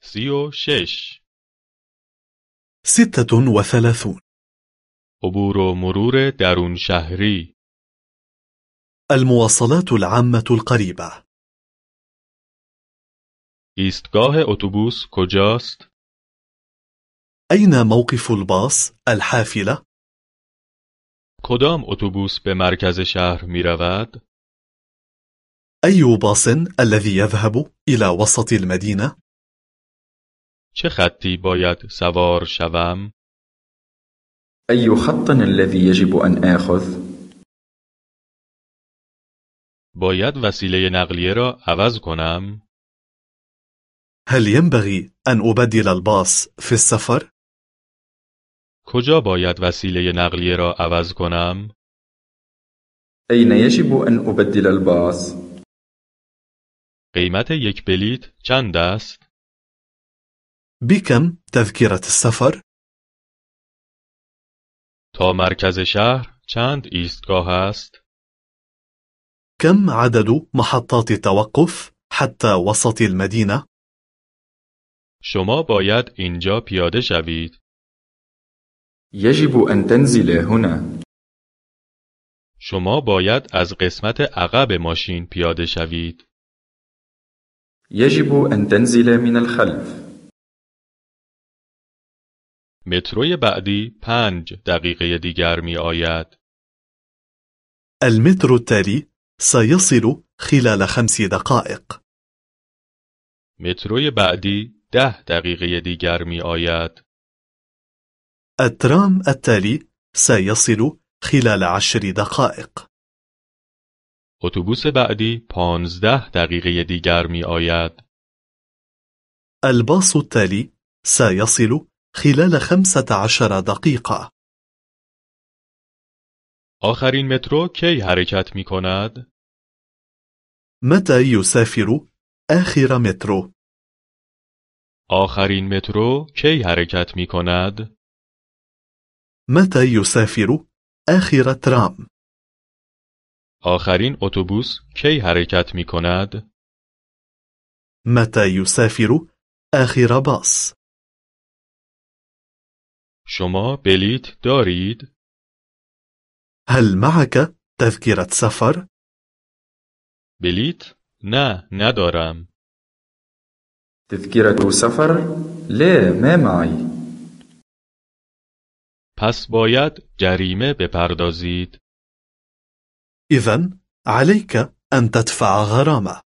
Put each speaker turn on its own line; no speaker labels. سی و شش
ستة وثلاثون
عبور و مرور درون شهری
المواصلات العامة القريبة
ایستگاه اتوبوس کجاست؟
أين موقف الباص الحافلة؟
کدام اتوبوس به مرکز شهر می رود؟
أي باص الذي يذهب إلى وسط المدينة؟
چه خطی باید سوار شوم؟
أي خط الذي يجب أن آخذ؟
باید وسیله نقلیه را عوض کنم؟
هل ينبغي أن أبدل الباص في السفر؟
کجا باید وسیله نقلیه را عوض کنم؟
أين يجب أن أبدل الباص؟
قیمت یک بلیت چند است؟
بكم تذكرة السفر؟
تا مرکز شهر چند ایستگاه است؟
كم عدد محطات التوقف حتى وسط المدينة؟
شما باید اینجا پیاده شوید.
يجب أن تنزل هنا.
شما باید از قسمت عقب ماشین پیاده شوید.
يجب أن تنزل من الخلف.
متروی بعدی پنج دقیقه دیگر می آید.
المترو التالي سيصل خلال خمس دقائق
متروی بعدی ده دقیقه دیگر می آید.
الترام التالي سيصل خلال عشر دقائق
اتوبوس بعدی پانزده دقیقه دیگر می آید.
الباص التالي سيصل خلال خمسة عشر دقيقة
آخرین مترو کی حرکت می کند؟
متى يسافر آخر مترو؟
آخرین مترو کی حرکت می کند؟
متى يسافر آخر ترام؟
آخرین اتوبوس کی حرکت می کند؟
متى يسافر آخر باص؟
شما بلیت دارید؟
هل معك تذكرة سفر؟
بلیت؟ نه ندارم.
تذكرة سفر؟ لا ما معي.
پس باید جریمه بپردازید.
إذا عليك أن تدفع غرامة